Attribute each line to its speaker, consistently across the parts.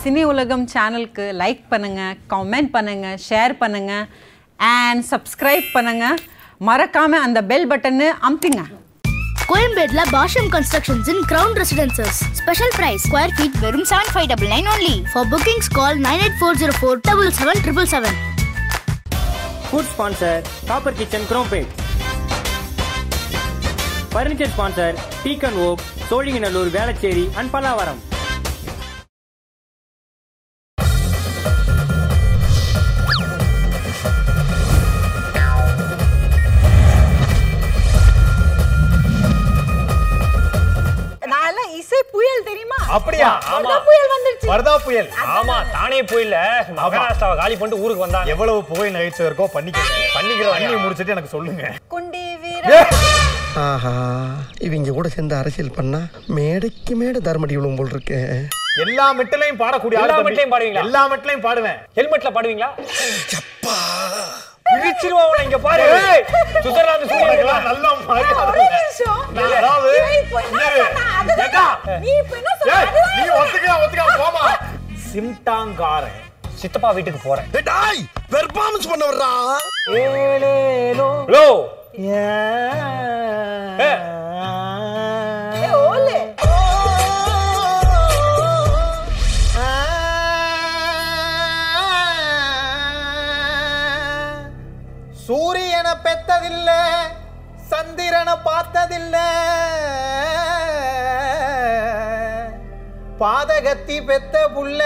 Speaker 1: Cine உலகம் சேனலுக்கு like பண்ணுங்க கமெண்ட் பண்ணுங்க ஷேர் பண்ணுங்க அண்ட் சப்ஸ்கிரைப் பண்ணுங்க மறக்காம அந்த பெல் பட்டன்னு அமுத்திங்க
Speaker 2: கோயம்பேட்ல Basham constructions in ground residences special price square feet வெறும் seven five double nine only for bookings call nine eight four zero four double seven triple seven
Speaker 3: food sponsor copper kitchen Chromepet furniture sponsor deacon okay Sholinganallur Velachery and Pallavaram
Speaker 1: நான் எல்லாம் இசை புயல் தெரியுமா
Speaker 4: அப்படியா ஆமா
Speaker 1: வர்தா புயல் வந்துருச்சு.
Speaker 4: வர்தா புயல்
Speaker 5: ஆமா தானே புயல மகாராஷ்டிராவை காலி பண்ணிட்டு ஊருக்கு வந்தாங்க
Speaker 4: எவ்வளவு புகை நகைச்சுவை இருக்கோ பண்ணிக்கிறேன்
Speaker 5: பண்ணிக்கிறோம்.
Speaker 4: பண்ணி முடிச்சிட்டு எனக்கு சொல்லுங்க
Speaker 1: குண்டி வீர
Speaker 6: ஆஹா இவங்க கூட சேர்ந்து அரசியல் பண்ணா மேடைக்கு மேடை தர்மடி விழுவும் போல் இருக்கேன்
Speaker 4: எல்லா மெட்டிலையும் பாடக்கூடிய ஆளு
Speaker 5: எல்லா
Speaker 4: தம்பி.
Speaker 5: மெட்டிலையும் பாடுவீங்களா?
Speaker 4: எல்லா மெட்டிலையும் பாடுவேன்
Speaker 5: ஹெல்மெட்ல பாடுவீங்களா பிரிச்சிருவா உன்னை இங்க பாரு ஏய், சுவிட்சர்லாந்து சூரியன்
Speaker 4: உனக்கெல்லாம் நல்ல மரியாதை
Speaker 1: ஒரு நிமிஷம்.
Speaker 4: நான் அதாவது
Speaker 1: இவன் இப்ப என்ன
Speaker 4: இரு.
Speaker 1: சொன்னா? அதுதான்
Speaker 4: ஏக்கா.
Speaker 1: நீ இப்ப என்ன சொன்ன?
Speaker 4: ஏய்,
Speaker 1: அதுதான்
Speaker 4: நீ
Speaker 1: நான்
Speaker 4: ஒத்துக்கலாம் ஒத்துக்கலாம் போமா சிம்டாங்காரன்
Speaker 5: சித்தப்பா வீட்டுக்கு போறேன்
Speaker 6: டாய் பெர்ஃபார்மன்ஸ் பண்ண வர்றா
Speaker 5: ஹலோ
Speaker 4: Eh.
Speaker 1: ஓலு.
Speaker 4: Ah. சூரியனை பெத்ததில்ல சந்திரனை பார்த்ததில்ல பாதகத்தி பெத்த புள்ள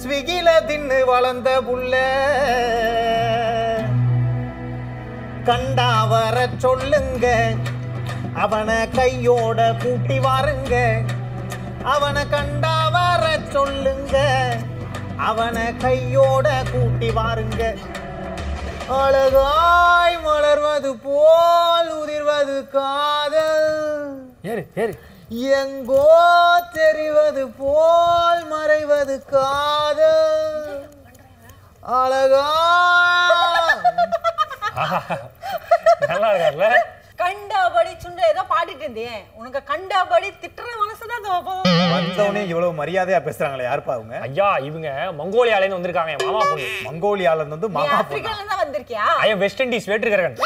Speaker 4: ஸ்விகில தின்னு வளர்ந்த புள்ள கண்டா வர சொல்லுங்க அவனை கையோட கூட்டி வாருங்க அவனை கண்டா வர சொல்லுங்க அவனை கையோட கூட்டி வாருங்க அழகாய் மலர்வது போல் உதிர்வது காதல்
Speaker 5: ஏறு ஏறு
Speaker 4: எங்கோ தெரிவது போல் மறைவது காதல் அழகா
Speaker 5: நல்லா இருக்கார்ல
Speaker 1: கண்டபடி சுண்ட ஏதோ பாடிட்டு இருந்தேன் உனக்கு கண்டபடி திட்டுற மனசுதான் கோபம்
Speaker 4: வந்தவனே இவ்வளவு மரியாதையா பேசுறாங்களே யாருப்பா அவங்க
Speaker 5: ஐயா இவங்க மங்கோலியால இருந்து வந்திருக்காங்க என் மாமா பொண்ணு
Speaker 4: மங்கோலியால இருந்து
Speaker 1: நீ
Speaker 4: மாமா பொண்ணு
Speaker 1: ஆப்பிரிக்கால இருந்தா வந்திருக்கியா
Speaker 5: ஐயா வெஸ்ட் இண்டீஸ் வேட்டுக்கிறேன்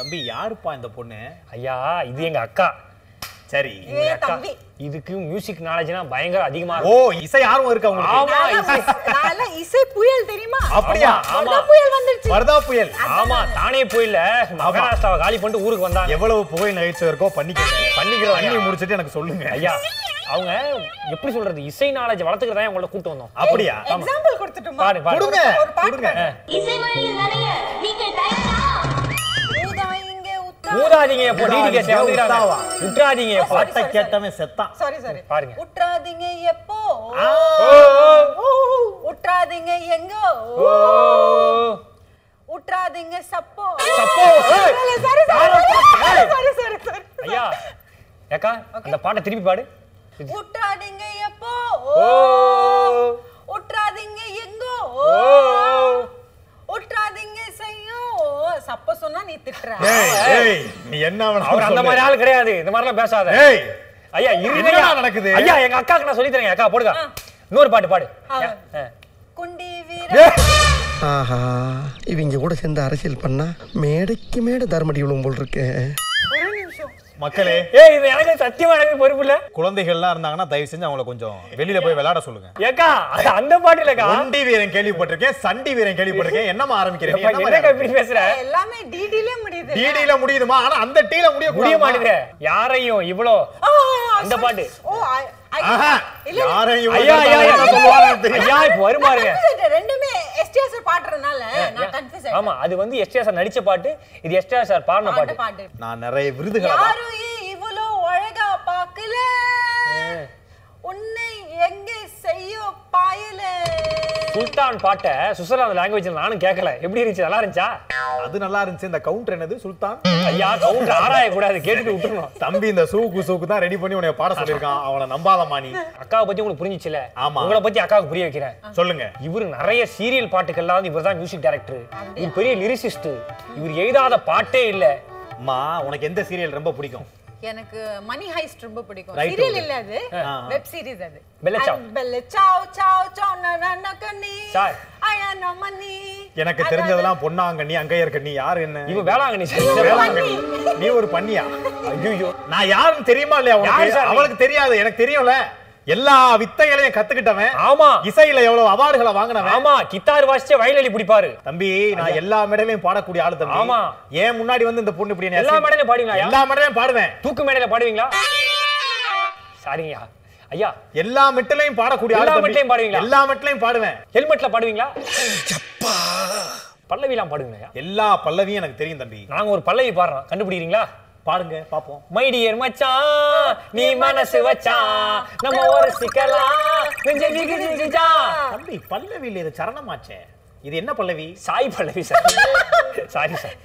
Speaker 4: தம்பி யாருப்பா இந்த பொண்ணு
Speaker 5: ஐயா இது எங்க அக்கா
Speaker 4: சரி
Speaker 1: ஏ
Speaker 5: எங்க அக்கா
Speaker 1: தம்பி
Speaker 5: இதுக்கு மியூசிக் நாலேஜ்னா பயங்கர அதிகமா
Speaker 4: ஓ
Speaker 5: இருக்கும்
Speaker 4: இசை யாரும் இருக்கா உங்களுக்கு
Speaker 5: ஆமா.
Speaker 1: நான் எல்லாம் நான் எல்லாம் இசை புயல் தெரியுமா
Speaker 4: அப்படியா
Speaker 1: வர்தா புயல் வந்துருச்சு
Speaker 4: வர்தா புயல்
Speaker 5: ஆமா தானே புயல மகாராஷ்டிராவை காலி பண்ணிட்டு ஊருக்கு வந்தாங்க
Speaker 4: எவ்வளவு புகை நகைச்சுவை இருக்கோ பண்ணிக்கிறேன்
Speaker 5: பண்ணிக்கிறோம் ஐயா.
Speaker 4: பண்ணி முடிச்சிட்டு எனக்கு சொல்லுங்க
Speaker 5: ஐயா அவங்க எப்படி சொல்றது இசை நாலேஜ் வளர்த்துக்கிறதா உங்கள கூட்டு வந்தோம்
Speaker 4: அப்படியா
Speaker 1: எக்ஸாம்பிள் கொடுத்துட்டுமா
Speaker 5: பாரு பாரு
Speaker 4: கொடுங்க
Speaker 1: ஒரு பாட்டு
Speaker 4: கொடுங்க
Speaker 1: பாடு. ஊதா இங்கே உத்தா
Speaker 5: ஊதாதீங்க இப்போ
Speaker 4: ஊதாதீங்க,
Speaker 5: டிடி கேஸ் வந்துறாங்க
Speaker 4: உத்தாவா.
Speaker 5: விட்டுறாதீங்க இப்போ
Speaker 4: பாட்டை கேட்டவன் செத்தான்
Speaker 1: சாரி சாரி
Speaker 5: பாருங்க.
Speaker 1: உட்றாதீங்க எப்போ
Speaker 4: ஆ.
Speaker 1: ஓ, உட்றாதீங்க எங்க ஓ, உட்றாதீங்க சப்போ
Speaker 5: சப்போ, ஏய்.
Speaker 1: இல்ல, sorry, sorry,
Speaker 5: யாரோ பாட்டு,
Speaker 1: sorry,
Speaker 5: ஏய்.
Speaker 1: sorry, sorry, sorry.
Speaker 5: ஐயா ஏக்கா அந்த பாட்டை திருப்பி பாடு
Speaker 1: உட்றாதீங்க எப்போ
Speaker 5: ஓ
Speaker 1: உட்றாதீங்க எங்க உட்றாதீங்க செய்யோ சப்போ சொன்னா நீ திட்டுற
Speaker 4: ஏய் ஏய் நீ என்ன அவன
Speaker 5: அவர் அந்த மாதிரி ஆள் கிடையாது இந்த மாதிரிலாம் பேசாத
Speaker 4: ஏய்
Speaker 5: ஐயா இருங்க
Speaker 4: என்னடா
Speaker 5: நடக்குது
Speaker 4: நடக்குது?
Speaker 5: ஐயா எங்க அக்காக்கு நான் சொல்லி தரேன் அக்கா போடுங்க இன்னொரு பாட்டு பாடு
Speaker 1: ஆ.
Speaker 5: ஆ.
Speaker 1: குண்டி வீர
Speaker 4: ஏய்,
Speaker 6: ஆஹா இவங்க கூட சேர்ந்து அரசியல் பண்ணா மேடைக்கு மேடை தர்மடி விழுவும் போல் இருக்கேன்
Speaker 1: ஒரு நிமிஷம்
Speaker 4: மக்களே
Speaker 5: ஏய் இது எனக்கு சத்தியமா எனக்கு பொறுப்பு இல்ல
Speaker 4: குழந்தைகள்லாம் இருந்தாங்கன்னா தயவு செஞ்சு அவங்கள கொஞ்சம் வெளியில போய் விளையாட சொல்லுங்க
Speaker 5: ஏக்கா அது அந்த பாட்டு இல்லக்கா
Speaker 4: ஒண்டி வீரன் கேள்விப்பட்டிருக்கேன் சண்டி வீரன் கேள்விப்பட்டிருக்கேன் என்னமா ஆரம்பிக்கிறேன் நீ என்னம்மா
Speaker 5: என்னக்கா இப்படி பேசுற
Speaker 1: எல்லாமே டிடிலே முடியுது
Speaker 4: டிடில முடியுதுமா ஆனா அந்த டீல முடிய
Speaker 5: முடிய மாட்டேங்குது யாரையும் இவ்வளோ
Speaker 1: ஆ, ஆ, ஆ,
Speaker 5: அந்த
Speaker 1: sorry.
Speaker 5: பாட்டு.
Speaker 1: ஓ I- I- இல்ல, இல்ல.
Speaker 4: யாரையும் இவன்
Speaker 5: ஐயா ஐயா
Speaker 4: கேட்டா
Speaker 5: ஐயா
Speaker 4: என்ன சொல்லுவாங்கன்னு தெரியல.
Speaker 5: ஐயா இப்போ
Speaker 1: நான்
Speaker 5: வருமாருங்க
Speaker 1: confuse ஆயிட்டேன். ரெண்டுமே STS பாடுறதுனால நான் confuse ஆயிட்டேன்.
Speaker 5: ஆமா அது வந்து எஸ்டிஆர் சார் நடிச்ச பாட்டு இது எஸ்டிஆர் சார் பாடின
Speaker 1: பாட்டு,
Speaker 5: பாட்டு
Speaker 1: பாட்டு.
Speaker 4: நான் நிறைய விருதுகளை தான்
Speaker 1: யாரும் ஏன் இவ்வளோ அழகா பார்க்கல? உன்னை எங்கே செய்யோ பாயல?
Speaker 5: சுல்தான் பாட்டை சுவிட்சர்லாந்து லாங்குவேஜ்ல நானும் கேட்கல எப்படி இருந்துச்சு நல்லா இருந்துச்சா
Speaker 4: அது நல்லா இருந்துச்சு இந்த கவுண்டர் என்னது சுல்தான்
Speaker 5: ஐயா கவுண்டர் ஆராய கூடாது கேட்டுட்டு விட்டுருணும்
Speaker 4: தம்பி இந்த சூக்கு சூக்கு தான் ரெடி பண்ணி உன்னை பாட சொல்லியிருக்கான் அவனை நம்பாதமா நீ
Speaker 5: அக்காவை பத்தி உங்களுக்கு புரிஞ்சிச்சுல
Speaker 4: ஆமா.
Speaker 5: உங்களை பத்தி அக்காவுக்கு புரிய வைக்கிறேன்
Speaker 4: சொல்லுங்க
Speaker 5: இவர் நிறைய சீரியல் பாட்டுக்கெல்லாம் வந்து இவர் தான் மியூசிக் டைரக்டர் இவர் பெரிய லிரிசிஸ்ட் இவர் எழுதாத பாட்டே இல்ல
Speaker 4: அம்மா உனக்கு எந்த சீரியல் ரொம்ப பிடிக்கும்
Speaker 7: எனக்கு மணி ஹைஸ்ட் ரொம்ப பிடிக்கும்
Speaker 5: Right,
Speaker 7: சீரியல்
Speaker 5: okay.
Speaker 7: இல்ல அது வெப் சீரிஸ் அது
Speaker 5: Bella Ciao.
Speaker 7: And Bella Ciao ciao ciao நா நா நா கண்ணி
Speaker 5: சார்.
Speaker 7: ஐயா நம்ம மணி
Speaker 4: எனக்கு தெரிஞ்சதெல்லாம் பொன்னாங்கண்ணி அங்கையர்கண்ணி யார் என்ன
Speaker 5: இவன் வேளாங்கண்ணி சார்
Speaker 4: வேளாங்கண்ணி நீ ஒரு பண்ணியா
Speaker 5: ஐயோ
Speaker 4: நான் யாருன்னு தெரியுமா இல்லையா
Speaker 5: யாரு
Speaker 4: உனக்கு
Speaker 5: சார் நீ?
Speaker 4: அவளுக்கு தெரியாது எனக்கு தெரியும்ல எல்லா வித்தைகளையும் கத்துக்கிட்டவன்
Speaker 5: ஆமா.
Speaker 4: இசையில எவ்வளவு அவார்டுகளை வாங்கினவன்
Speaker 5: ஆமா கித்தார் வாசிச்சே வயலடி பிடிப்பாரு
Speaker 4: தம்பி நான் எல்லா மேடையிலயும் பாடக்கூடிய ஆளு தம்பி
Speaker 5: ஆமா.
Speaker 4: ஏன் முன்னாடி வந்து இந்த பொண்ணு இப்படி என்னை
Speaker 5: எல்லா
Speaker 4: அசிங்க-
Speaker 5: மேடையிலயும் பாடுவீங்களா?
Speaker 4: எல்லா மேடையிலயும் பாடுவேன்
Speaker 5: தூக்கு மேடையில பாடுவீங்களா சாரிங்கய்யா ஐயா
Speaker 4: எல்லா மெட்டிலையும் பாடக்கூடிய ஆளு
Speaker 5: எல்லா
Speaker 4: தம்பி.
Speaker 5: மெட்டிலையும் பாடுவீங்களா?
Speaker 4: எல்லா மெட்டிலையும் பாடுவேன்
Speaker 5: ஹெல்மெட்ல பாடுவீங்களா பல்லவிலாம் பாடுங்கய்யா
Speaker 4: எல்லா பல்லவியும் எனக்கு தெரியும் தம்பி
Speaker 5: நாங்க ஒரு பல்லவி பாடுறோம் கண்டுபிடிக்கிறீங்களா
Speaker 4: பாடுங்க பாப்போம்
Speaker 5: மை டியர் மச்சான் நீ மனசு வச்சான் நம்ம ஒரு சிக்கலா நெஞ்சை விரிச்சு விரிச்சா.
Speaker 4: தம்பி பல்லவியில இது சரணமாச்சே இது என்ன Pallavi
Speaker 5: Sai Pallavi sir sorry sir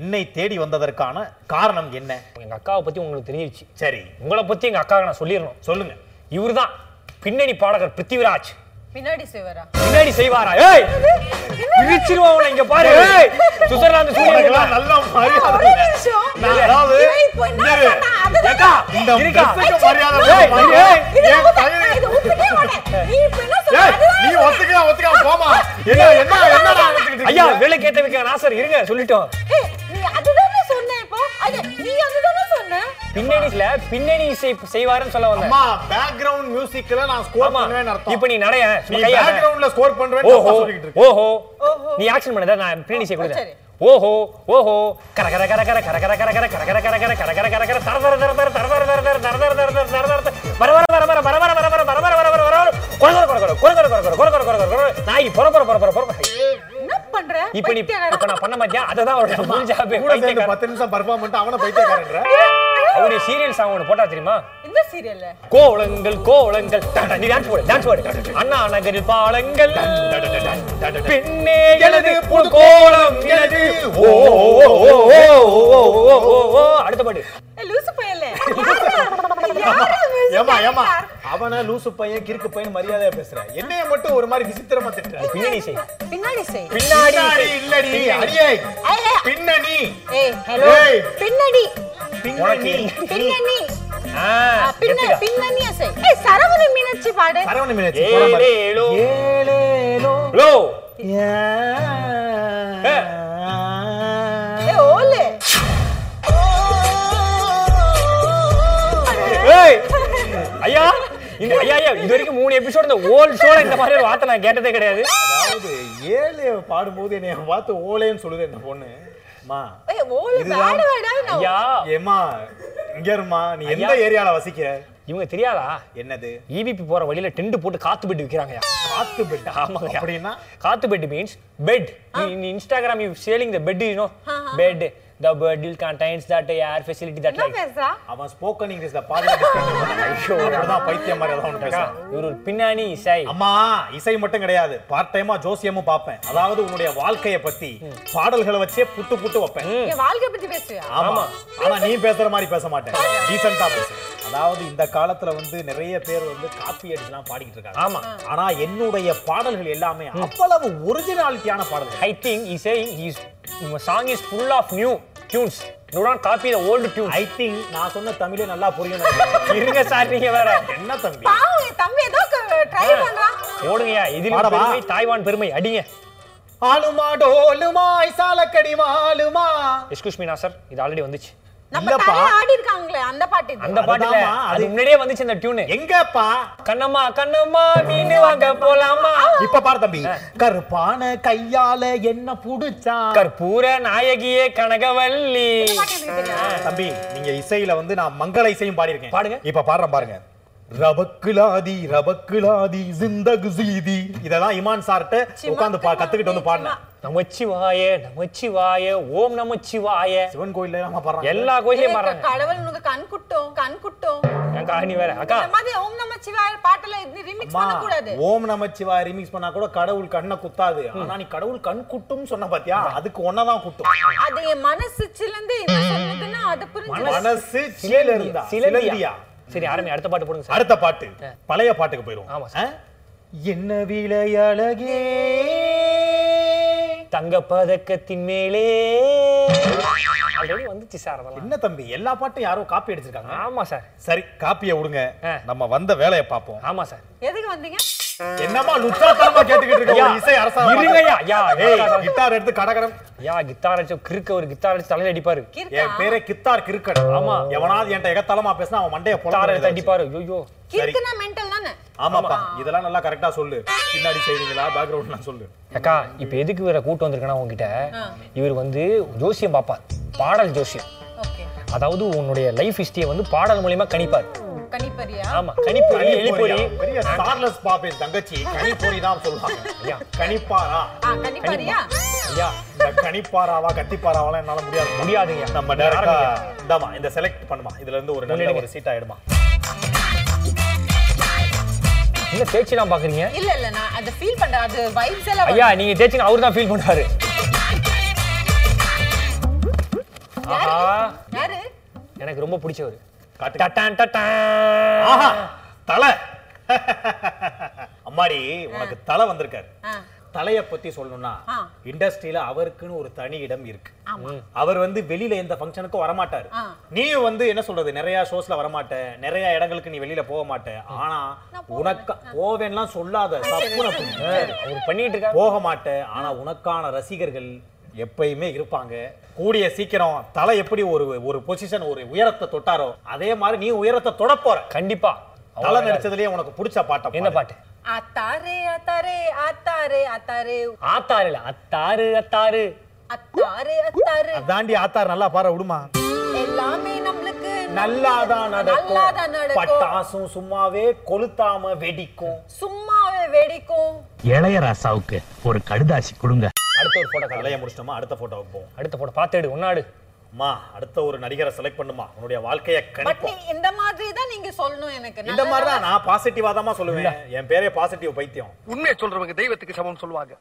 Speaker 4: என்னை தேடி வந்ததற்கான காரணம் என்ன
Speaker 5: எங்க அக்காவை பத்தி உங்களுக்கு தெரிஞ்சிருச்சு
Speaker 4: சரி
Speaker 5: உங்களை பத்தி எங்க அக்காவை நான் சொல்லிடணும்
Speaker 4: சொல்லுங்க
Speaker 5: இவர்தான் பின்னணி பாடகர் பிருத்திவிராஜ்
Speaker 7: பின்னாடி சிவரா
Speaker 5: பின்னாடி செய்வாரா ஏய் விழிச்சிருவா உன்னை இங்க பாரு ஏய் சுவிட்சர்லாந்து
Speaker 4: உனக்கெல்லாம்
Speaker 5: சூரியன்
Speaker 4: நல்ல மரியாதை நான் அதாவது இரு.
Speaker 5: ஏக்கா
Speaker 4: இந்த
Speaker 5: இருக்கா
Speaker 4: dress-க்கு மரியாதை
Speaker 5: ஏய்,
Speaker 4: கொடுக்க
Speaker 5: ஏய்,
Speaker 4: மாட்டேன். என் பையனை- ஏய், நீ ஒத்துக்கா ஒத்துக்கா போமா என்ன என்ன என்னடா ஒத்துக்கிட்டு
Speaker 5: ஐயா
Speaker 4: இருக்கீங்க?
Speaker 5: வேலை கேட்ட வைக்க நாசர் இருங்க சொல்லிட்டோம் பின்னணில பின்னணி இசை செய்வாருன்னு சொல்ல வந்தேன்
Speaker 4: அம்மா பேக்ரவுண்ட் மியூசிக்ல நான் ஸ்கோர்
Speaker 5: ஆமா
Speaker 4: பண்ணுவேன் அர்த்தம்
Speaker 5: இப்ப நீ நடைய
Speaker 4: நீ பேக்ரவுண்ட்ல ஸ்கோர் பண்ணுவேன்
Speaker 5: ஓஹோ
Speaker 4: சொல்லிட்டு இருக்க
Speaker 5: ஓஹோ நீ ஆக்ஷன் பண்ணதா நான் பின்னணி இசை கொடுத்தேன்
Speaker 7: சரி.
Speaker 5: ஓஹோ ஓஹோ கர கர கர கர கர கர கர கர கர கர கர கர கர கர கர கர தர தர தர தர தர தர தர தர தர தர தர தர தர தர வர வர வர வர வர வர வர வர வர வர வர வர வர வர கொர கொர கொர கொர கொர கொர கொர கொர கொர கொர கொர கொர கொர நாய் பொற பொற பொற பொற பொற
Speaker 7: என்ன பண்ற
Speaker 5: இப்ப நீ
Speaker 7: பைத்தியக்காரன்.
Speaker 5: இப்ப நான் பண்ண மாட்டியா அதுதான் அவரோட ஃபுல் ஜாப்
Speaker 4: கூட சேர்ந்து பத்து நிமிஷம் பர்ஃபார்ம் பண்ணிட்டு அவன பைத்தியக்காரன்ற
Speaker 5: அவருடைய சீரியல் சாங் ஒன்று போட்டா தெரியுமா
Speaker 7: இந்த சீரியல்ல
Speaker 5: கோலங்கள் கோலங்கள் டா, டா, நீ டான்ஸ் போடு டான்ஸ் போடு அண்ணா நகரில் பாலங்கள் பின்னே எனது புது கோலம் எனது ஓ ஓ, ஓ, ஓ, ஓ, ஓ, ஓ, ஓ, ஓ, ஓ. அடுத்த பாட்டு
Speaker 7: ஏய், லூசு பயலே யாரா
Speaker 4: ஏமா ஏமா
Speaker 7: யாரா
Speaker 4: அவன லூசு பையன் கிறுக்கு பையன் மரியாதையா பேசுற என்னைய மட்டும் ஒரு மாதிரி விசித்திரமா திட்டுற
Speaker 5: பின்னணி இசை
Speaker 7: பின்னாடி செய்
Speaker 5: பின்னாடி
Speaker 4: பின்னாடி இல்லடி அடியே
Speaker 7: ஐயே.
Speaker 4: பின்னணி
Speaker 7: ஏய் ஹலோ
Speaker 4: ஏய்.
Speaker 7: பின்னாடி
Speaker 5: உனக்கு
Speaker 4: பின்னணி
Speaker 7: பின்னணி
Speaker 5: ஆ,
Speaker 7: ஆ, பின்ன
Speaker 5: எடுத்துக்க.
Speaker 7: பின்னணியா செய் ஏய் சரவண மீனாட்சி பாடு
Speaker 4: சரவண மீனாட்சி போன மாதிரி.
Speaker 5: ஏழேலோ
Speaker 4: ஏழேலோ.
Speaker 5: லோ
Speaker 4: ஏ.
Speaker 7: ஏய் ஓலே
Speaker 5: ஏய் ஐயா இந்த ஐயா ஐயா இது வரைக்கும் மூணு எபிசோடு இந்த ஓல்ட் ஷோல இந்த மாதிரி ஒரு வார்த்தை நான் கேட்டதே கிடையாது
Speaker 4: அதாவது ஏழு பாடும்போது என்னைய பார்த்து ஓலேன்னு சொல்லுது இந்த பொண்ணு மா
Speaker 7: ஏய் ஓலே
Speaker 4: இதுதான்.
Speaker 7: பேட் வேடா நான்
Speaker 5: ஐயா
Speaker 4: ஏமா இங்க இருமா நீ எந்த
Speaker 5: ஐயா.
Speaker 4: ஏரியால வசிக்கிற
Speaker 5: இவங்க தெரியாதா
Speaker 4: என்னது
Speaker 5: இவிபி போற வழியில டென்ட் போட்டு காத்து போயிட்டு விக்கிறாங்கயா
Speaker 4: காத்து பெட்
Speaker 5: ஆமாங்க.
Speaker 4: அப்படின்னா
Speaker 5: காத்து bed means bed in Instagram you selling the bed you know bed the bed இல் contains that air facility that
Speaker 7: என்ன
Speaker 5: லைக்
Speaker 7: பேசுறா
Speaker 4: அவன் ஸ்போக்கன் இங்கிலீஷ்ல பாதி ஐயோ தான் பைத்தியம் மாதிரி ஏதாவது ஒண்ணு பேசுறான்
Speaker 5: இவர் ஒரு பின்னாணி இசை
Speaker 4: அம்மா இசை மட்டும் கிடையாது பார்ட் டைமா ஜோசியமும் பார்ப்பேன் அதாவது உன்னுடைய வாழ்க்கைய பத்தி பாடல்களை வச்சே புட்டு புட்டு வைப்பேன்
Speaker 7: என் வாழ்க்கை பத்தி பேசுறியா
Speaker 4: ஆமா ஆனா நீ பேசுற மாதிரி பேச மாட்டேன் டீசெண்டா பேசு அதாவது இந்த காலத்துல வந்து நிறைய பேர் வந்து காப்பி அடிச்சுலாம் பாடிக்கிட்டு இருக்காங்க
Speaker 5: ஆமா.
Speaker 4: ஆனா என்னுடைய பாடல்கள் எல்லாமே அவ்வளவு ஒரிஜினாலிட்டியான பாடல்கள்
Speaker 5: ஐ திங்க் இசை is song is full of new tunes do not copy the old
Speaker 4: I
Speaker 5: tune
Speaker 4: think நான் சொன்ன தமிழே நல்லா புரியும் நினைக்கிறேன்.
Speaker 5: இருங்க சார் நீங்க வேற
Speaker 4: என்ன தம்பி
Speaker 7: பாவம் என் தம்பி ஏதோ ட்ரை பண்றான்
Speaker 5: ஓடுங்கயா இதில்
Speaker 4: பாடவா?
Speaker 5: பெருமை தாய்வான் பெருமை அடிங்க
Speaker 4: ஆளுமா டோலுமா ஐசாலக்கடி மாலுமா
Speaker 5: எஸ்கூஸ் மீ சார் இது ஆல்ரெடி வந்துச்சு
Speaker 7: நம்ம
Speaker 4: இல்லப்பா.
Speaker 7: தலையில ஆடி இருக்காங்களே அந்த பாட்டு இது.
Speaker 5: அந்த பாட்டுல
Speaker 4: அதுதாம்மா, அது-
Speaker 5: அது முன்னாடியே வந்துச்சு அந்த டியூன்
Speaker 4: எங்கப்பா
Speaker 5: கண்ணம்மா கண்ணம்மா மீன் வாங்க போலாமா
Speaker 4: இப்ப பாரு தம்பி கருப்பான கையால என்ன புடிச்சா
Speaker 5: கற்பூர நாயகியே கனகவல்லி
Speaker 7: பாட்டு எனக்கு தெரியாது.
Speaker 4: தம்பி நீங்க இசையில வந்து நான் மங்கள இசையும் பாடியிருக்கேன்
Speaker 5: பாடுங்க.
Speaker 4: இப்ப பாடுறேன் பாருங்க ரபக்குலாதி ரபக்குலாதி ஜிந்தகு ஜீதி இதெல்லாம் இமான் சார்ட்ட உட்கார்ந்து பா கத்துக்கிட்டு வந்து பாடினேன்
Speaker 5: நமச்சிவாய நமச்சிவாய ஓம் நமச்சிவாய
Speaker 4: சிவன் கோயில்ல நம்ம பாடுறோம்
Speaker 5: எல்லா கோயிலையும்
Speaker 7: ஏய்,
Speaker 5: பாடுறாங்க
Speaker 7: கடவுள் உனக்கு கண் குட்டும் கண் குட்டும்
Speaker 5: என் காணி வேற அக்கா
Speaker 7: இந்த மாதிரி ஓம் நம சிவாய பாட்டுல இது ரிமிக்ஸ் பண்ண கூடாது
Speaker 4: ஓம் நமச்சிவாய ரிமிக்ஸ் பண்ணா கூட கடவுள் கண்ணை குத்தாது ஆனா நீ கடவுள் கண் குட்டும் சொன்ன பாத்தியா அதுக்கு ஒன்னதான் குட்டும்
Speaker 7: அது என் மனசு சிலந்து என்ன சொல்லுதுன்னா அது புரிஞ்சு
Speaker 4: மனசு சிலையில இருந்தா
Speaker 5: சிலந்தியா
Speaker 4: சிலந்தியா
Speaker 5: சரி ஆரம்பி அடுத்த பாட்டு போடுங்க சார்
Speaker 4: அடுத்த பாட்டு பழைய பாட்டுக்கு போயிரும்
Speaker 5: ஆமா சார்.
Speaker 4: என்ன விலை அழகே
Speaker 5: தங்க பதக்கத்தின் மேலே ஆல்ரெடி வந்துச்சு சார் அதெல்லாம்
Speaker 4: என்ன தம்பி எல்லா பாட்டும் யாரோ காப்பி அடிச்சிருக்காங்க
Speaker 5: ஆமா சார்
Speaker 4: சரி காப்பியை விடுங்க
Speaker 5: ஆ.
Speaker 4: நம்ம வந்த வேலையை பார்ப்போம்
Speaker 5: ஆமா சார்
Speaker 1: எதுக்கு வந்தீங்க
Speaker 4: என்னமா லுச்சாத்தனமா கேட்டுக்கிட்டு இருக்க
Speaker 5: ஐயா,
Speaker 4: ஒரு இசை அரசாங்கம்
Speaker 5: இருங்கய்யா. ஐயா,
Speaker 4: ஏய்,
Speaker 5: அரசாங்கம்.
Speaker 4: கிட்டார் எடுத்து கடகரம்
Speaker 5: யா கிட்டார் அடிச்சு கிறுக்க ஒரு கிட்டார் அடிச்சு தலையில அடிப்பாரு
Speaker 4: என் பேரே கித்தார் கிறுக்கன்
Speaker 5: ஆமா.
Speaker 4: எவனாவது என்கிட்ட எகத்தலமா பேசினா அவன் மண்டைய
Speaker 5: கிட்டார் எடுத்து
Speaker 4: பொலார
Speaker 5: அடிப்பாரு ஐயோ
Speaker 1: கிறுக்குனா மென்டல் தானே
Speaker 4: ஆமாப்பா இதெல்லாம் நல்லா கரெக்டா சொல்லு பின்னாடி செய்வீங்களா பேக்ரவுண்ட்லாம் சொல்லு
Speaker 5: அக்கா இப்ப எதுக்கு இவரை கூட்டு வந்திருக்கேன்னா உங்ககிட்ட இவர் வந்து ஜோசியம் பார்ப்பார் பாடல் ஜோசியம்
Speaker 1: ஓகே
Speaker 5: அதாவது உன்னுடைய லைஃப் ஹிஸ்டரியை வந்து பாடல் மூலியமா கணிப்பார்
Speaker 1: கணிப்பறியா
Speaker 5: ஆமா கணிப்பொறி
Speaker 4: கனிப்பொரியா?
Speaker 5: எலிப்பொறி
Speaker 4: பெரிய சார்லஸ் பாபேன் தங்கச்சி கனிப்பொறி தான் சொல்லுவாங்க
Speaker 5: ஐயா.
Speaker 4: கனிப்பாரா
Speaker 1: ஆ கணிப்பறியா
Speaker 5: ஐயா
Speaker 4: இந்த கனிப்பாராவா கத்திப்பாராவாலாம் என்னால முடியாது
Speaker 5: முடியாதுங்கய்யா.
Speaker 4: நம்ம டேரக்டா
Speaker 5: ஆரம்பிங்க.
Speaker 4: இந்தாமா இந்த செலக்ட் பண்ணுமா இதுல இருந்து ஒரு நல்ல
Speaker 5: முன்னாடி.
Speaker 4: ஒரு சீட் ஆயிடுமா
Speaker 5: என்ன தேய்ச்சிலாம் பாக்குறீங்க
Speaker 1: இல்ல இல்ல நான் அதை ஃபீல் பண்றேன் அது வைப்ஸ் எல்லாம்
Speaker 5: ஐயா நீங்க தேய்ச்சிங்க அவரு தான் ஃபீல் பண்ணுவாரு ஆஹா
Speaker 1: வரும். யாரு
Speaker 5: எனக்கு ரொம்ப பிடிச்சவர்
Speaker 4: காட்டு.
Speaker 5: டட்டான் டட்டான்
Speaker 4: ஆஹா தலை அம்மாடி உனக்கு தலை வந்திருக்காரு
Speaker 1: ஆ.
Speaker 4: தலைய பத்தி சொல்லணும்னா
Speaker 1: ஆ.
Speaker 4: இண்டஸ்ட்ரியில அவருக்குன்னு ஒரு தனி இடம் இருக்கு அவர் வந்து வெளியில எந்த ஃபங்க்ஷனுக்கும் வரமாட்டாரு
Speaker 1: ஆ.
Speaker 4: நீயும் வந்து என்ன சொல்றது நிறைய ஷோஸ்ல வரமாட்ட நிறைய இடங்களுக்கு நீ வெளியில போக மாட்ட ஆனா உனக்கு போவேன்லாம் சொல்லாத தப்புன
Speaker 5: அவர் பண்ணிட்டு இருக்காரு
Speaker 4: போக மாட்ட ஆனா உனக்கான ரசிகர்கள் எப்பயுமே இருப்பாங்க கூடிய சீக்கிரம் தலை எப்படி ஒரு ஒரு பொசிஷன் ஒரு உயரத்தை தொட்டாரோ அதே மாதிரி நீ உயரத்தை தொடப் போற
Speaker 5: கண்டிப்பா அவர்
Speaker 4: தலை
Speaker 5: அழகா இருக்கு.
Speaker 4: நடிச்சதுலயே உனக்கு பிடிச்ச பாட்டம்
Speaker 5: என்ன பாட்டு
Speaker 1: அத்தாரே அத்தாரே அத்தாரே அத்தாரே
Speaker 5: ஆத்தாறு இல்ல அத்தாறு அத்தாறு
Speaker 1: அத்தாரே அத்தாரே
Speaker 4: அதாண்டி ஆத்தார் நல்லா பாற விடுமா
Speaker 1: எல்லாமே நம்மளுக்கு நல்லாதான்
Speaker 4: நல்லாதான் நடக்கும்
Speaker 1: நடக்கும்
Speaker 4: பட்டாசும் சும்மாவே கொளுத்தாம வெடிக்கும்
Speaker 1: சும்மாவே வெடிக்கும்
Speaker 8: இளையராசாவுக்கு ஒரு கடுதாசி கொடுங்க
Speaker 5: அடுத்த ஒரு போட்டோ
Speaker 4: தலையை முடிச்சிட்டோமா அடுத்த போட்டோவுக்கு போவோம்
Speaker 5: அடுத்த போட்டோ பார்த்து எடு உன்னாடு
Speaker 4: அம்மா அடுத்த ஒரு நடிகரை செலக்ட் பண்ணுமா உன்னுடைய வாழ்க்கையை
Speaker 1: பட் நீ
Speaker 4: கணிப்போம்
Speaker 1: இந்த மாதிரி தான் நீங்க சொல்லணும் எனக்கு
Speaker 4: இந்த
Speaker 1: நல்லதா-
Speaker 4: மாதிரி தான் நான் பாசிட்டிவா தான் சொல்லுவேன் என் பேரே பாசிட்டிவ் பைத்தியம்
Speaker 8: உண்மையை சொல்றவங்க தெய்வத்துக்கு சமம் சொல்லுவாங்க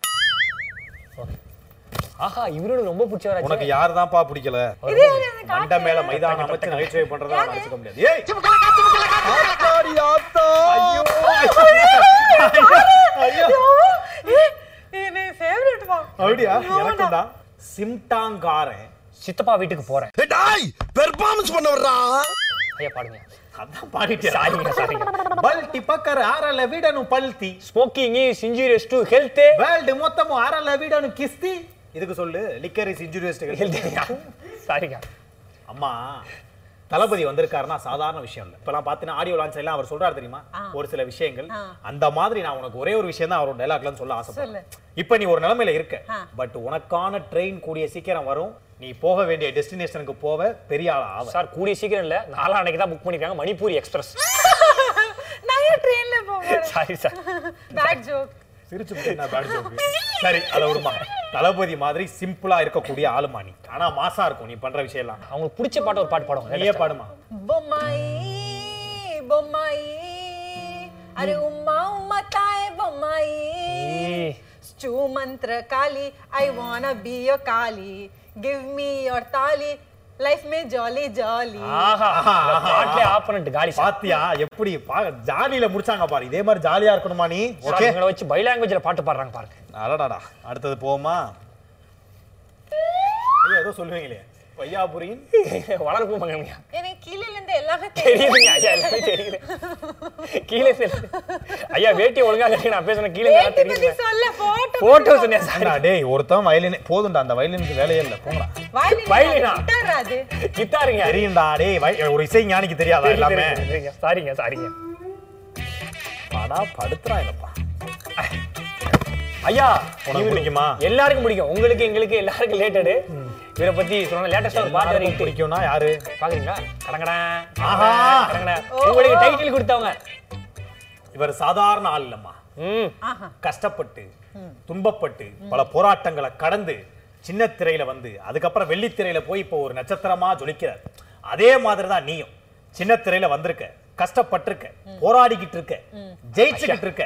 Speaker 5: ஆஹா இவரோட ரொம்ப பிடிச்சவராச்சு
Speaker 4: உனக்கு யாருதான்ப்பா பிடிக்கல
Speaker 1: இது யாரு எனக்கு
Speaker 4: மண்ட மேல மைதானம் அமைச்சு நகைச்சுவை பண்றதா நான் வச்சுக்க முடியாது ஏய் ஆத்தாடி ஆத்தா ஐயோ ஐயோ
Speaker 1: ஆ, இது ஃபேவரட் தான்
Speaker 4: அப்படியா எனக்கும்டா சிம்டாங்காரன்
Speaker 5: சித்தப்பா வீட்டுக்கு போறேன்
Speaker 6: பெர்ஃபார்மன்ஸ் பண்ண வர்றா
Speaker 5: ஐயா பாடுங்க
Speaker 4: அதான் பாடிட்டு
Speaker 5: சாரிங்க சாரிங்க
Speaker 4: பல்டி பக்கர் அரல விடணும் பல்தி
Speaker 5: smoking is injurious to health
Speaker 4: world மொத்தமும் அரல விடணும் கிஸ்தி இதுக்கு சொல்லு லிக்கர் இஸ் இன்ஜூரியஸ்
Speaker 5: சாரிங்க
Speaker 4: அம்மா தளபதி வந்திருக்காருன்னா சாதாரண விஷயம் இல்லை இப்பெல்லாம் பார்த்தீங்கன்னா ஆடியோ லான்ச் எல்லாம் அவர் சொல்றாரு தெரியுமா ஒரு சில விஷயங்கள் அந்த மாதிரி நான் உனக்கு ஒரே ஒரு விஷயம் தான் அவரோட டைலாக்லாம் சொல்ல ஆசைப்படுறேன் இப்போ நீ ஒரு நிலைமையில இருக்க பட் உனக்கான ட்ரெயின் கூடிய சீக்கிரம் வரும் நீ போக வேண்டிய டெஸ்டினேஷனுக்கு போக பெரிய ஆள் ஆவ
Speaker 5: சார் கூடிய சீக்கிரம் இல்ல நாளா அன்னைக்கு தான் புக் பண்ணிருக்காங்க மணிப்பூர் எக்ஸ்பிரஸ்
Speaker 1: நான் ட்ரெயின்ல போவேன்
Speaker 5: சாரி சார்
Speaker 1: பேட் ஜோக்
Speaker 4: சிரிச்சு போய் நான் bad joke. சரி அதை விடுமா தளபதி மாதிரி சிம்பிளா இருக்கக்கூடிய ஆளுமா நீ ஆனா மாசா இருக்கும் நீ பண்ற விஷயம் எல்லாம்
Speaker 5: அவங்களுக்கு பிடிச்ச பாட்டு ஒரு பாட்டு பாடுவாங்க
Speaker 4: நீயே பாடுமா
Speaker 1: பொம்மாயி பொம்மாயி अरे उम्मा उम्मा ताए
Speaker 5: ஏய்.
Speaker 1: बोमाई स्टू मंत्र काली आई वांना बी योर काली गिव मी योर ताली लाइफ में जॉली जॉली
Speaker 5: ஆஹா இந்த பாட்டுலயே ஆப்பனண்ட் காலி சார்
Speaker 4: பாத்தியா எப்படி பா- ஜாலியில முடிச்சாங்க பாரு இதே மாதிரி ஜாலியா இருக்கணுமா நீ ஓகே
Speaker 5: இவங்களை வச்சு பை லாங்குவேஜ்ல பாட்டு பாடுறாங்க பாருங்க
Speaker 4: அடடாடா அடுத்தது போவோமா ஐயா ஏதோ சொல்லுவீங்களே பையாபுரியின்
Speaker 5: வளர்ப்பு மகமையா
Speaker 1: यानी कीले लेंदे எல்லாமே
Speaker 5: தெரியுதுங்க ஐயா எல்லாமே தெரியுது கீழே செல் ஐயா வேட்டி ஒழுங்கா கட்டி நான் பேசுறேன் கீழே நல்லா
Speaker 1: பத்தி
Speaker 5: தெரியுது
Speaker 1: சொல்ல போட்டோ
Speaker 5: போட்டோ சொன்னியா சார்
Speaker 4: ஏண்டா டேய் ஒருத்தன் வயலின் போதும்டா அந்த வயலினுக்கு வேலையே இல்ல போங்கடா
Speaker 1: वायलिन
Speaker 5: Violin ஆ?
Speaker 1: கிட்டார் அது
Speaker 5: கித்தாருங்க
Speaker 4: தெரியும்டா டேய் வய- ஒரு இசை ஞானிக்கு தெரியாதா எல்லாமே
Speaker 5: சாரிங்க சாரிங்க
Speaker 4: பாடா படுத்துறான் இல்லப்பா
Speaker 5: ஐயா
Speaker 4: உனக்கு
Speaker 5: இவரு-
Speaker 4: பிடிக்குமா?
Speaker 5: எல்லாருக்கும் பிடிக்கும் உங்களுக்கு எங்களுக்கு எல்லாருக்கும் ரிலேட்டடு இவரை பத்தி சொன்ன லேட்டஸ்டா ஒரு பாட்டு
Speaker 4: எல்லாருக்கும்
Speaker 5: வரைக்கும்
Speaker 4: பிடிக்கும்னா யாரு
Speaker 5: பாக்குறீங்களா கடங்கடா
Speaker 4: ஆஹா.
Speaker 5: கடங்கடா உங்களுக்கு டைட்டில் கொடுத்தவங்க
Speaker 4: இவர் சாதாரண ஆள் இல்லம்மா
Speaker 5: ம்
Speaker 4: கஷ்டப்பட்டு துன்பப்பட்டு பல போராட்டங்களை கடந்து சின்ன திரையில வந்து அதுக்கப்புறம் வெள்ளித்திரையில போய் இப்போ ஒரு நட்சத்திரமா ஜொலிக்கிறார் அதே மாதிரி தான் நீயும் சின்ன திரையில வந்திருக்க கஷ்டப்பட்டிருக்க போராடிக்கிட்டு இருக்க ஜெயிச்சுக்கிட்டு இருக்க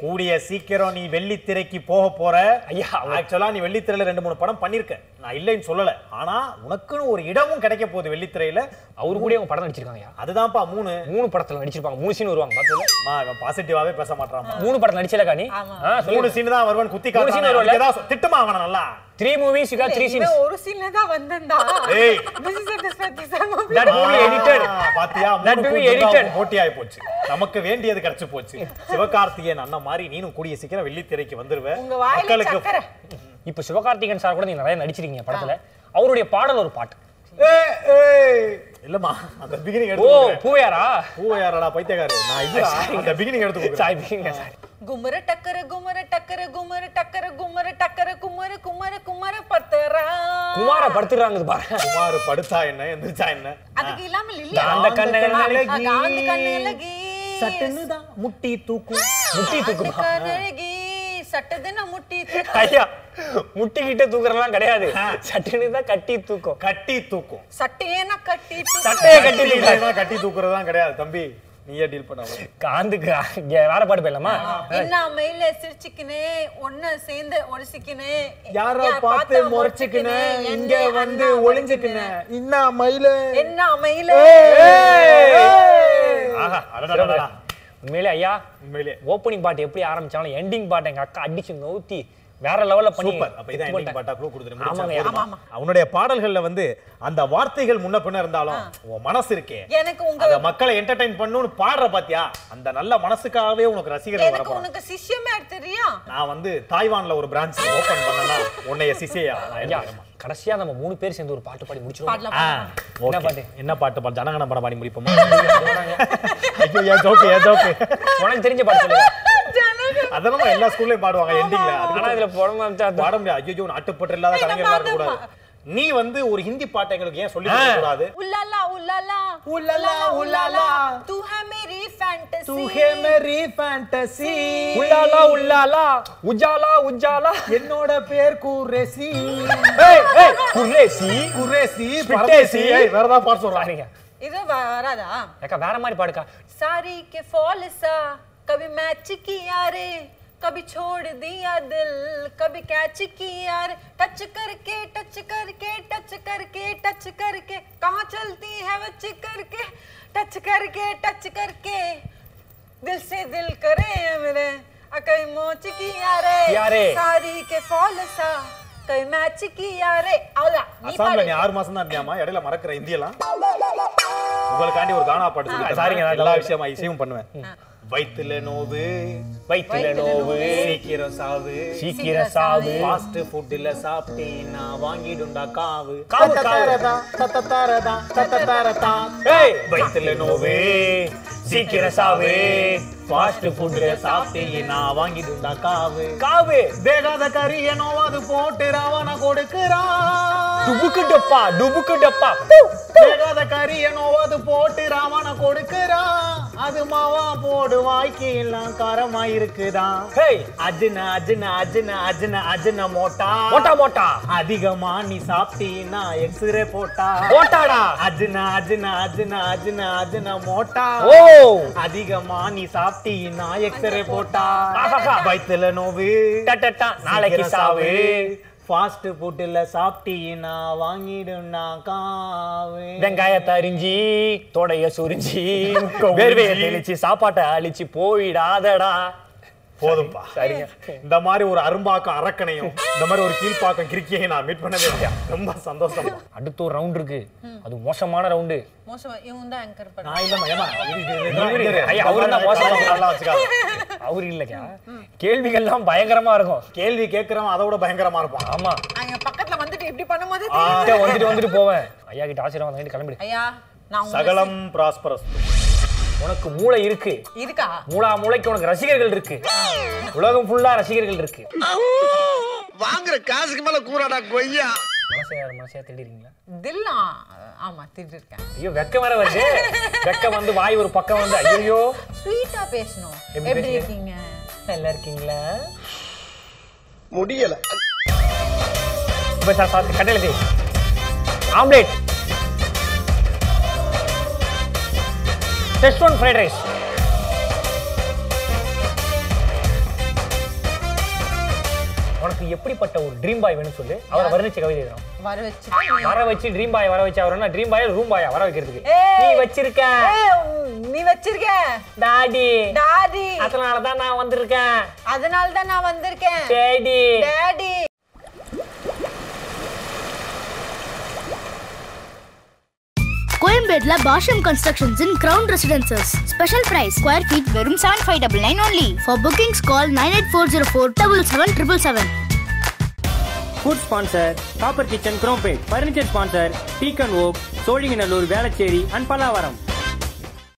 Speaker 4: கூடிய சீக்கிரம் நீ வெள்ளித்திரைக்கு போக போற
Speaker 5: ஐயா, அவர்-
Speaker 4: ஆக்சுவலா நீ வெள்ளித்திரையில ரெண்டு மூணு படம் பண்ணிருக்க நான் இல்லைன்னு சொல்லல ஆனா உனக்குன்னு ஒரு இடமும் கிடைக்க போகுது வெள்ளித்திரையில
Speaker 5: அவரு கூட அவங்க படம் நடிச்சிருக்காங்க
Speaker 4: அதுதான்ப்பா மூணு
Speaker 5: மூணு படத்துல நடிச்சிருப்பாங்க மூணு சீன் வருவாங்க பார்த்ததுல
Speaker 4: அம்மா, இவன் பாசிட்டிவாவே பேச மாட்டான்
Speaker 5: மூணு படம் நடிச்சலக்கா நீ ஆ
Speaker 4: மூணு
Speaker 5: சொல்லு
Speaker 4: சீன் தான் வருவன் குத்தி
Speaker 5: மூணு scene வரும்ல?
Speaker 4: காட்டுறான் திட்டுமா அவன நல்லா
Speaker 5: three movies you got three
Speaker 1: இவன்
Speaker 5: சீன்ஸ்
Speaker 1: ஒரு சீன்ல தான் வந்தா
Speaker 4: ஏய்.
Speaker 1: this is a disrespect, this is a-
Speaker 5: that movie
Speaker 4: ஆ,
Speaker 5: எடிட்டட்
Speaker 4: பாத்தியா
Speaker 5: That
Speaker 4: மூணு
Speaker 5: movie
Speaker 4: கூத்து தான்
Speaker 5: edited.
Speaker 4: உனக்கு போட்டியாகி போச்சு நமக்கு வேண்டியது கிடைச்சு போச்சு சிவகார்த்திகேயன் அண்ணன் மாதிரி நீனும் கூடிய சீக்கிரம் வெள்ளித்திரைக்கு வந்துருவ
Speaker 1: உங்க வாயில சக்கரை
Speaker 5: இப்போ சிவகார்த்திகேயன் சார் கூட நீங்க நிறைய நடிச்சிருக்கீங்க படத்துல அவருடைய பாடல் ஒரு பாட்டு
Speaker 4: ஏய், ஏய். இல்லம்மா அந்த பிகினிங்
Speaker 5: ஓ
Speaker 4: எடுத்து கொடுக்குறேன்.
Speaker 5: பூவையாரா
Speaker 4: பூ யாரடா பைத்தியக்காரு நான் இதுடா, அந்த பிகினிங் எடுத்து கொடுக்குறேன்.
Speaker 5: சாய்பிங்க சார்
Speaker 1: குமர டக்கர குமர டக்கர குமர டக்கர குமர டக்கர குமர குமர குமர பத்தரா
Speaker 5: குமார படுத்துறாங்க பாரு
Speaker 4: குமார் படுத்தா என்ன எந்திரிச்சா என்ன
Speaker 1: அதுக்கு இல்லாமல் இல்லையா
Speaker 5: அந்த கண்ணன்
Speaker 1: ஆ, காந்த கண்ணழகி
Speaker 4: சட்டுன்னுதான் முட்டி தூக்கும்
Speaker 5: முட்டி
Speaker 1: காந்த
Speaker 5: தூக்குமா
Speaker 1: கண்ணழகி சட்டதுன்னு முட்டி தூக்கு.
Speaker 5: ஐயா முட்டிக்கிட்டே தூக்குறலாம் கிடையாது சட்டுன்னு தான் கட்டி தூக்கும்
Speaker 4: கட்டி தூக்கும்
Speaker 1: சட்டையேனா கட்டி தூக்கு.
Speaker 5: சட்டையை கட்டி
Speaker 4: கட்டி
Speaker 5: தூக்க
Speaker 4: தூக்கிறதா கட்டி தூக்குறதுதான் கிடையாது தம்பி நீயே டீல் பண்ண
Speaker 5: காந்துக்கு இங்க வேற பாட்டு போயிடலாமா
Speaker 1: இன்னாமையில சிரிச்சுக்கினே ஒண்ணு சேர்ந்து ஒழிச்சுக்கினே
Speaker 4: யாரோ பார்த்து முறைச்சுக்கின இங்க வந்து ஒளிஞ்சுக்கின இன்னா மயில
Speaker 1: என்ன அமையில
Speaker 4: ஆஹா, அடடடடடா.
Speaker 5: உண்மையிலே ஐயா
Speaker 4: உண்மையிலே
Speaker 5: ஓப்பனிங் பாட்டு எப்படி ஆரம்பிச்சாலும் எண்டிங் பாட்டு எங்க அக்கா அடிச்சு நவுத்தி வேற லெவல்ல பண்ணி
Speaker 4: சூப்பர் அப்ப இதான்
Speaker 5: இது
Speaker 4: ending
Speaker 5: பண்ணிட்டாங்க.
Speaker 4: பாட்டா க்ளூ கொடுத்துட்டு முடிச்சா
Speaker 5: ஆமாங்க,
Speaker 4: போதுமா? அவனுடைய பாடல்கள்ல வந்து அந்த வார்த்தைகள் முன்ன பின்ன இருந்தாலும் உன் மனசு இருக்கே
Speaker 1: எனக்கு உங்க
Speaker 4: அத மக்களை என்டர்டைன் பண்ணுன்னு பாடுற பாத்தியா அந்த நல்ல மனசுக்காகவே உனக்கு ரசிகர்கள்
Speaker 1: எனக்கு
Speaker 4: வரப்போறான்
Speaker 1: உனக்கு சிஷ்யமே தெரியா
Speaker 4: நான் வந்து தாய்வான்ல ஒரு பிரான்ச் ஓபன் பண்ணனா உன்னைய சிசையா நான்
Speaker 5: ஐயா
Speaker 4: என்ன
Speaker 5: கடைசியா நம்ம மூணு பேர் சேர்ந்து ஒரு பாட்டு பாடி முடிச்சிருவோம்
Speaker 1: பாடலாம்
Speaker 4: ஆ,
Speaker 5: என்ன
Speaker 4: okay.
Speaker 5: பாட்டு?
Speaker 4: என்ன பாட்டு பாடு ஜனகணம் படம் பாடி முடிப்போமா ஐயோ ஏன் ஜோக்கு ஏன் ஜோக்கு
Speaker 5: உனக்கு தெரிஞ்ச பாட்டு சொல்லுங்க
Speaker 1: ஜனங்க
Speaker 4: அதெல்லாம் எல்லா ஸ்கூல்லயும் பாடுவாங்க எண்டிங்ல
Speaker 5: ஆனா இதுல புடம்பு
Speaker 4: பாட முடியாது ஐயோ நாட்டுப்பற்று இல்லாத கலைஞர்களா
Speaker 1: பாடு,
Speaker 4: கூடாது நீ வந்து ஒரு ஹிந்தி பாட்டை எங்களுக்கு ஏன் சொல்லி கொடுக்க கூடாது
Speaker 1: उलाला उलाला
Speaker 3: उलाला, उलाला।
Speaker 1: तू है मेरी फैंटेसी
Speaker 3: மேரி ஃபேண்டசி
Speaker 5: உள்ளாலா உள்ளாலா உஜாலா உஜாலா
Speaker 3: என்னோட பேர் குரேசி
Speaker 5: ஏய் ஏய் குர்ரேசி
Speaker 3: குரேசி
Speaker 5: பிட்டேசி
Speaker 4: ஏய், வேற ஏதாவது பாட்டு சொல்றா
Speaker 5: பாருங்க
Speaker 1: இது வராதா
Speaker 5: அக்கா வேற மாதிரி பாடுக்கா
Speaker 1: सारी के फॉल सा कभी मैच किया रे कभी छोड़ दिया दिल कभी कैच किया रे टच करके टच करके टच करके टच करके कहाँ चलती है वो चिकर के टच करके टच करके दिल से दिल करे मेरे कई मोच किया
Speaker 5: किया रे।
Speaker 1: रे सारी के फॉल सा कभी मैच किया रे औला नी
Speaker 4: அசாம்ல
Speaker 1: पारे।
Speaker 4: நீ ஆறு மாசம் தான் இருந்தியாமா இடையில மறக்கிற இந்தியெல்லாம் உங்களுக்காண்டி ஒரு கானா பாட்டு சொல்லி
Speaker 5: சாரிங்க,
Speaker 4: தரேன்.
Speaker 5: நான்
Speaker 4: எல்லா
Speaker 5: நல்லா
Speaker 4: விஷயமா இசையும் பண்ணுவேன் வயித்துல நோவு
Speaker 5: வயித்துல நோவு
Speaker 4: சீக்கிரம் சாவு
Speaker 5: சீக்கிர சாவு
Speaker 4: ஃபாஸ்ட் ஃபுட்ல சாப்பிட்டீன்னா வாங்கிடும்டா காவு
Speaker 5: காவு காவு
Speaker 3: தத்தத்தாரதா தத்தத்தாரதா
Speaker 5: ஏய்
Speaker 4: வயித்துல நோவு
Speaker 5: சீக்கிர சாவு
Speaker 4: ஃபாஸ்ட் ஃபுட்ல சாப்பிட்டீங்கன்னா வாங்கிடும்டா காவு
Speaker 5: காவு
Speaker 3: வேகாத கரிய நோவாது போட்டு ராவண கொடுக்கிறான்
Speaker 5: டுபுக்கு டப்பா டுபுக்கு டப்பா
Speaker 3: வேகாத கரிய நோவாது போட்டு ராவண கொடுக்கிறான் அது மாவா போடு வாய்க்கு எல்லாம் காரமா இருக்குதான்
Speaker 5: ஹேய்
Speaker 3: அஜின அஜின அஜின அஜின அஜின மோட்டா
Speaker 5: மோட்டா மோட்டா
Speaker 3: அதிகமா நீ சாப்பிட்டீன்னா எக்ஸ்ரே போட்டா
Speaker 5: மோட்டாடா
Speaker 3: அஜின அஜின அஜின அஜின அஜின மோட்டா
Speaker 5: ஓ
Speaker 3: அதிகமா நீ சாப்பிட்டீன்னா எக்ஸ்ரே போட்டா
Speaker 5: ஆஹாஹா.
Speaker 3: வயித்துல நோவு
Speaker 5: டட்டட்டா நாளைக்கு சாவு
Speaker 3: ஃபாஸ்ட் ஃபுட்ல சாப்பிட்டீன்னா வாங்கிடும்னா காவு
Speaker 5: வெங்காயத்தை அரிஞ்சி தொடைய சுரிஞ்சி வேர்வையை தெளிச்சு சாப்பாட்டை அழிச்சு போயிடாதடா
Speaker 4: போதும்பா
Speaker 5: சரிங்க
Speaker 4: இந்த மாதிரி ஒரு அரும்பாக்கம் அரக்கனையும் இந்த மாதிரி ஒரு கீழ்ப்பாக்கம் கிரிக்கையும் நான் மீட் பண்ணவே இல்லையா ரொம்ப சந்தோஷம்
Speaker 5: அடுத்த ஒரு ரவுண்ட் இருக்கு அது மோசமான ரவுண்டு
Speaker 1: மோசமா இவன் தான் ஆங்கர் பண்ண
Speaker 4: நான் இல்லம்மா ஏமா இது- இது- இது-
Speaker 5: இவரு-
Speaker 4: இரு.
Speaker 5: ஐயா, அவரு தான் மோசமா இருக்காரு.
Speaker 4: நல்லா வச்சுக்காத
Speaker 5: அவரு இல்லைக்கா கேள்விகள்லாம் பயங்கரமா இருக்கும்
Speaker 4: கேள்வி கேட்கறவன் அதை விட பயங்கரமா இருப்பான்
Speaker 5: ஆமா
Speaker 1: அங்க பக்கத்துல வந்துட்டு இப்படி பண்ணும்போது
Speaker 5: கிட்ட வந்துட்டு வந்துட்டு போவேன் ஐயா கிட்ட ஆசிரியர் வாங்கிட்டு கிளம்பிடு
Speaker 1: ஐயா நான் உங்களை
Speaker 4: சகலம் பிராஸ்பரஸ்
Speaker 5: உனக்கு மூளை இருக்கு
Speaker 1: சி- இருக்கா
Speaker 5: மூளா மூளைக்கு உனக்கு ரசிகர்கள் இருக்கு உலகம் ஃபுல்லா ரசிகர்கள் இருக்கு
Speaker 9: வாங்குற காசுக்கு மேல கூறாடா கொய்யா
Speaker 5: மனசை யார் மனசையா தேடிறீங்களா
Speaker 1: தில்லா ஆமா திட்டு இருக்கேன்
Speaker 5: ஐயோ வெக்கம் வேற வருது வெக்கம் வந்து வாய் ஒரு பக்கம் வந்து ஐயோ
Speaker 1: ஸ்வீட்டா பேசணும்
Speaker 5: எப்படி
Speaker 1: எப்படி
Speaker 5: பேசுறீங்க?
Speaker 1: இருக்கீங்க
Speaker 5: நல்லா இருக்கீங்களா
Speaker 10: முடியல
Speaker 5: இப்ப சார் சார் கட்டளை omelette taste one fried rice உனக்கு எப்படிப்பட்ட ஒரு ட்ரீம் பாய் வேணும்னு சொல்லு அவரை வர்ணிச்ச கவிதை எழுதுறோம்
Speaker 7: வர வச்சுட்டு
Speaker 5: வர வச்சு ட்ரீம் பாய் வர வச்சு அவர்னா ட்ரீம் பாயா ரூம் பாயா வர வைக்கிறதுக்கு நீ வச்சிருக்க
Speaker 7: ஏய், உம், நீ வச்சிருக்க
Speaker 5: டாடி
Speaker 7: டாடி
Speaker 5: அதனால தான் நான் வந்திருக்கேன்
Speaker 7: அதனால தான் நான் வந்திருக்கேன்
Speaker 5: டேடி
Speaker 7: டாடி
Speaker 2: கோயம்பேட்ல Basham constructions in ground residences special price square feet வெறும் seven five double nine only for bookings call nine eight four zero four double seven triple seven
Speaker 3: food sponsor copper kitchen Chromepet furniture sponsor deacon okay Sholinganallur Velachery and Pallavaram